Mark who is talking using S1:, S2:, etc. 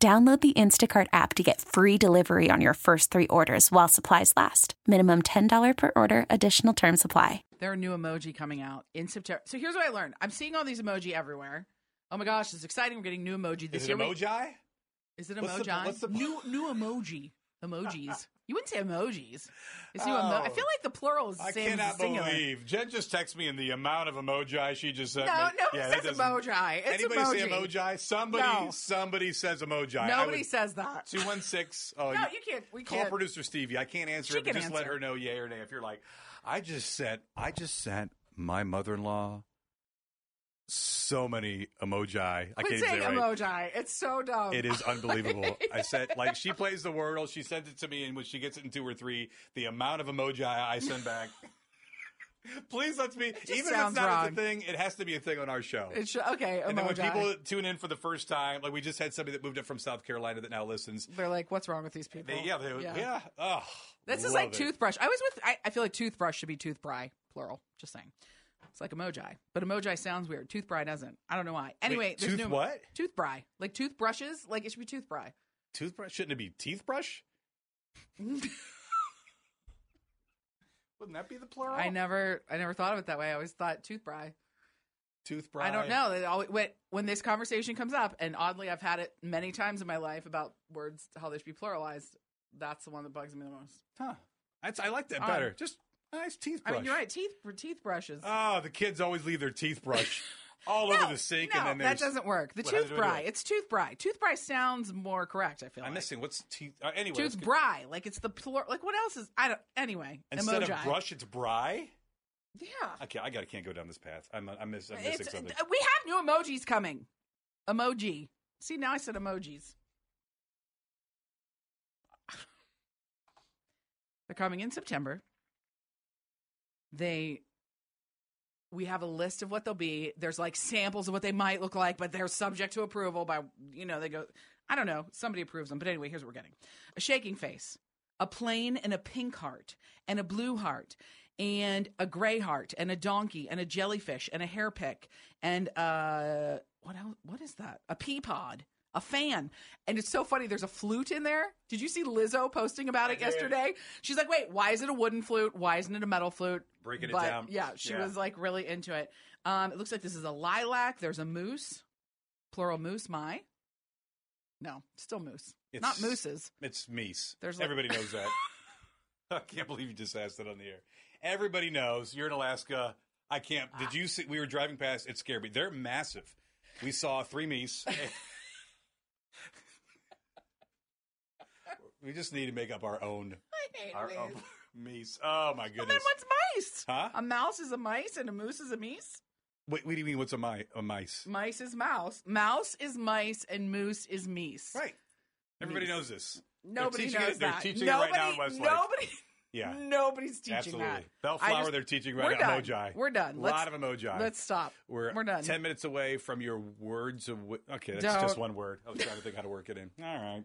S1: Download the Instacart app to get free delivery on your first three orders while supplies last. Minimum $10 per order, additional term supply.
S2: There are new emoji coming out in September. So here's what I learned. I'm seeing all these emoji everywhere. Oh my gosh, it's exciting. We're getting new emoji this
S3: Is it
S2: year. We-
S3: emoji?
S2: Is it
S3: What's the-
S2: emoji?
S3: what's the-
S2: new new emoji. Emojis. you wouldn't say emojis. It's new emo- I
S3: Oh.
S2: feel like the plural is the
S3: I
S2: same as the
S3: cannot
S2: singular.
S3: believe Jen just texted me and the amount of emoji she just said.
S2: No, no,
S3: yeah,
S2: it
S3: that
S2: says
S3: doesn't-
S2: emoji. It's
S3: Anybody
S2: emoji.
S3: say emoji? Somebody,
S2: No.
S3: somebody says emoji.
S2: Nobody says that.
S3: two one six. Oh,
S2: No, you can't- we
S3: call
S2: can't.
S3: producer Stevie. I can't answer
S2: She
S3: it. But
S2: can
S3: just let
S2: answer.
S3: her know yay or nay. If you're like, I just sent, I just sent my mother in law so many emoji. I can't
S2: Quit
S3: even say
S2: saying
S3: it right.
S2: emoji. It's so dumb.
S3: It is unbelievable. I said, like, she plays the Wordle. She sends it to me, and when she gets it in two or three, the amount of emoji I send back. Please let me.
S2: just
S3: Even if
S2: sounds
S3: it's not
S2: wrong.
S3: a thing, it has to be a thing on our show.
S2: It's okay. Emoji.
S3: and then when people tune in for the first time, like we just had somebody that moved up from South Carolina that now listens.
S2: They're like, "What's wrong with these people?"
S3: They, yeah, they, yeah. Oh,
S2: This is
S3: love
S2: like
S3: it.
S2: toothbrush. I was with. I, I feel like toothbrush should be toothbry, plural. Just saying. It's like emoji, but emoji sounds weird. Toothbry doesn't. I don't know why. Anyway,
S3: Wait,
S2: there's no
S3: tooth what?
S2: Toothbry, like toothbrushes. Like it should be toothbry.
S3: Toothbrush? Shouldn't it be teeth brush? Wouldn't that be the plural?
S2: I never, I never thought of it that way. I always thought toothbry.
S3: Toothbrush.
S2: I don't know. It always, when, when this conversation comes up, and oddly, I've had it many times in my life about words how they should be pluralized. That's the one that bugs me the most.
S3: Huh. That's, I like that
S2: Odd.
S3: better. Just nice teeth brush.
S2: Um, I mean, you're right. Teeth for teeth brushes.
S3: Oh, the kids always leave their teeth brush all over the sink,
S2: no,
S3: and then
S2: that
S3: there's-
S2: doesn't work. The
S3: What- how do I do
S2: toothbry.
S3: it?
S2: It's toothbry. Toothbry sounds more correct. I feel.
S3: I'm
S2: like.
S3: missing what's teeth. Uh, anyway, let's
S2: Tooth
S3: get-
S2: bry, like it's the plural. Like what else is? I don't. Anyway,
S3: instead
S2: emoji.
S3: of brush, it's bry.
S2: yeah,
S3: Okay, I gotta can't go down this path. I'm I'm, miss, I'm missing
S2: it's,
S3: something.
S2: uh, we have new emojis coming. Emoji. See, now I said emojis. They're coming in September. They. We have a list of what they'll be. There's like samples of what they might look like, but they're subject to approval by you know they go. I don't know. Somebody approves them, but anyway, here's what we're getting: a shaking face, a plane and a pink heart and a blue heart and a gray heart and a donkey and a jellyfish and a hair pick and uh what else what is that a pea pod a fan and it's so funny there's a flute in there did you see lizzo posting about it
S3: did.
S2: yesterday she's like wait why is it a wooden flute why isn't it a metal flute
S3: Breaking it
S2: But,
S3: down.
S2: yeah she
S3: Yeah.
S2: was like really into it um it looks like this is a lilac there's a moose plural moose my no still moose
S3: It's-
S2: not mooses
S3: It's meese.
S2: There's like-
S3: Everybody knows that. I can't believe you just asked that on the air. Everybody knows you're in Alaska. I can't. Did you see? We were driving past. It scared me. They're massive. We saw three meese. we just need to make up our own
S2: I hate
S3: our
S2: these.
S3: own meese. Oh my
S2: Well, then
S3: goodness.
S2: what's mice?
S3: Huh?
S2: A mouse is a mice and a moose is a meese?
S3: Wait, what do you mean? What's a, mi- a mice?
S2: Mice is mouse. Mouse is mice and moose is meese.
S3: Right. Everybody
S2: Meese.
S3: knows this.
S2: Nobody
S3: teaching it-
S2: knows
S3: they're
S2: that.
S3: teaching it
S2: nobody,
S3: right now in Westlife.
S2: Nobody,
S3: Yeah.
S2: Nobody's teaching
S3: Absolutely.
S2: that. I
S3: Bellflower,
S2: just-
S3: they're teaching
S2: we're
S3: right now.
S2: done.
S3: Emoji.
S2: We're done.
S3: A
S2: Let's-
S3: lot of emoji.
S2: Let's stop.
S3: We're,
S2: We're done.
S3: 10 minutes away from your words of. Wi- okay, that's
S2: Don't.
S3: just one word. I was trying to think how to work it in. All right.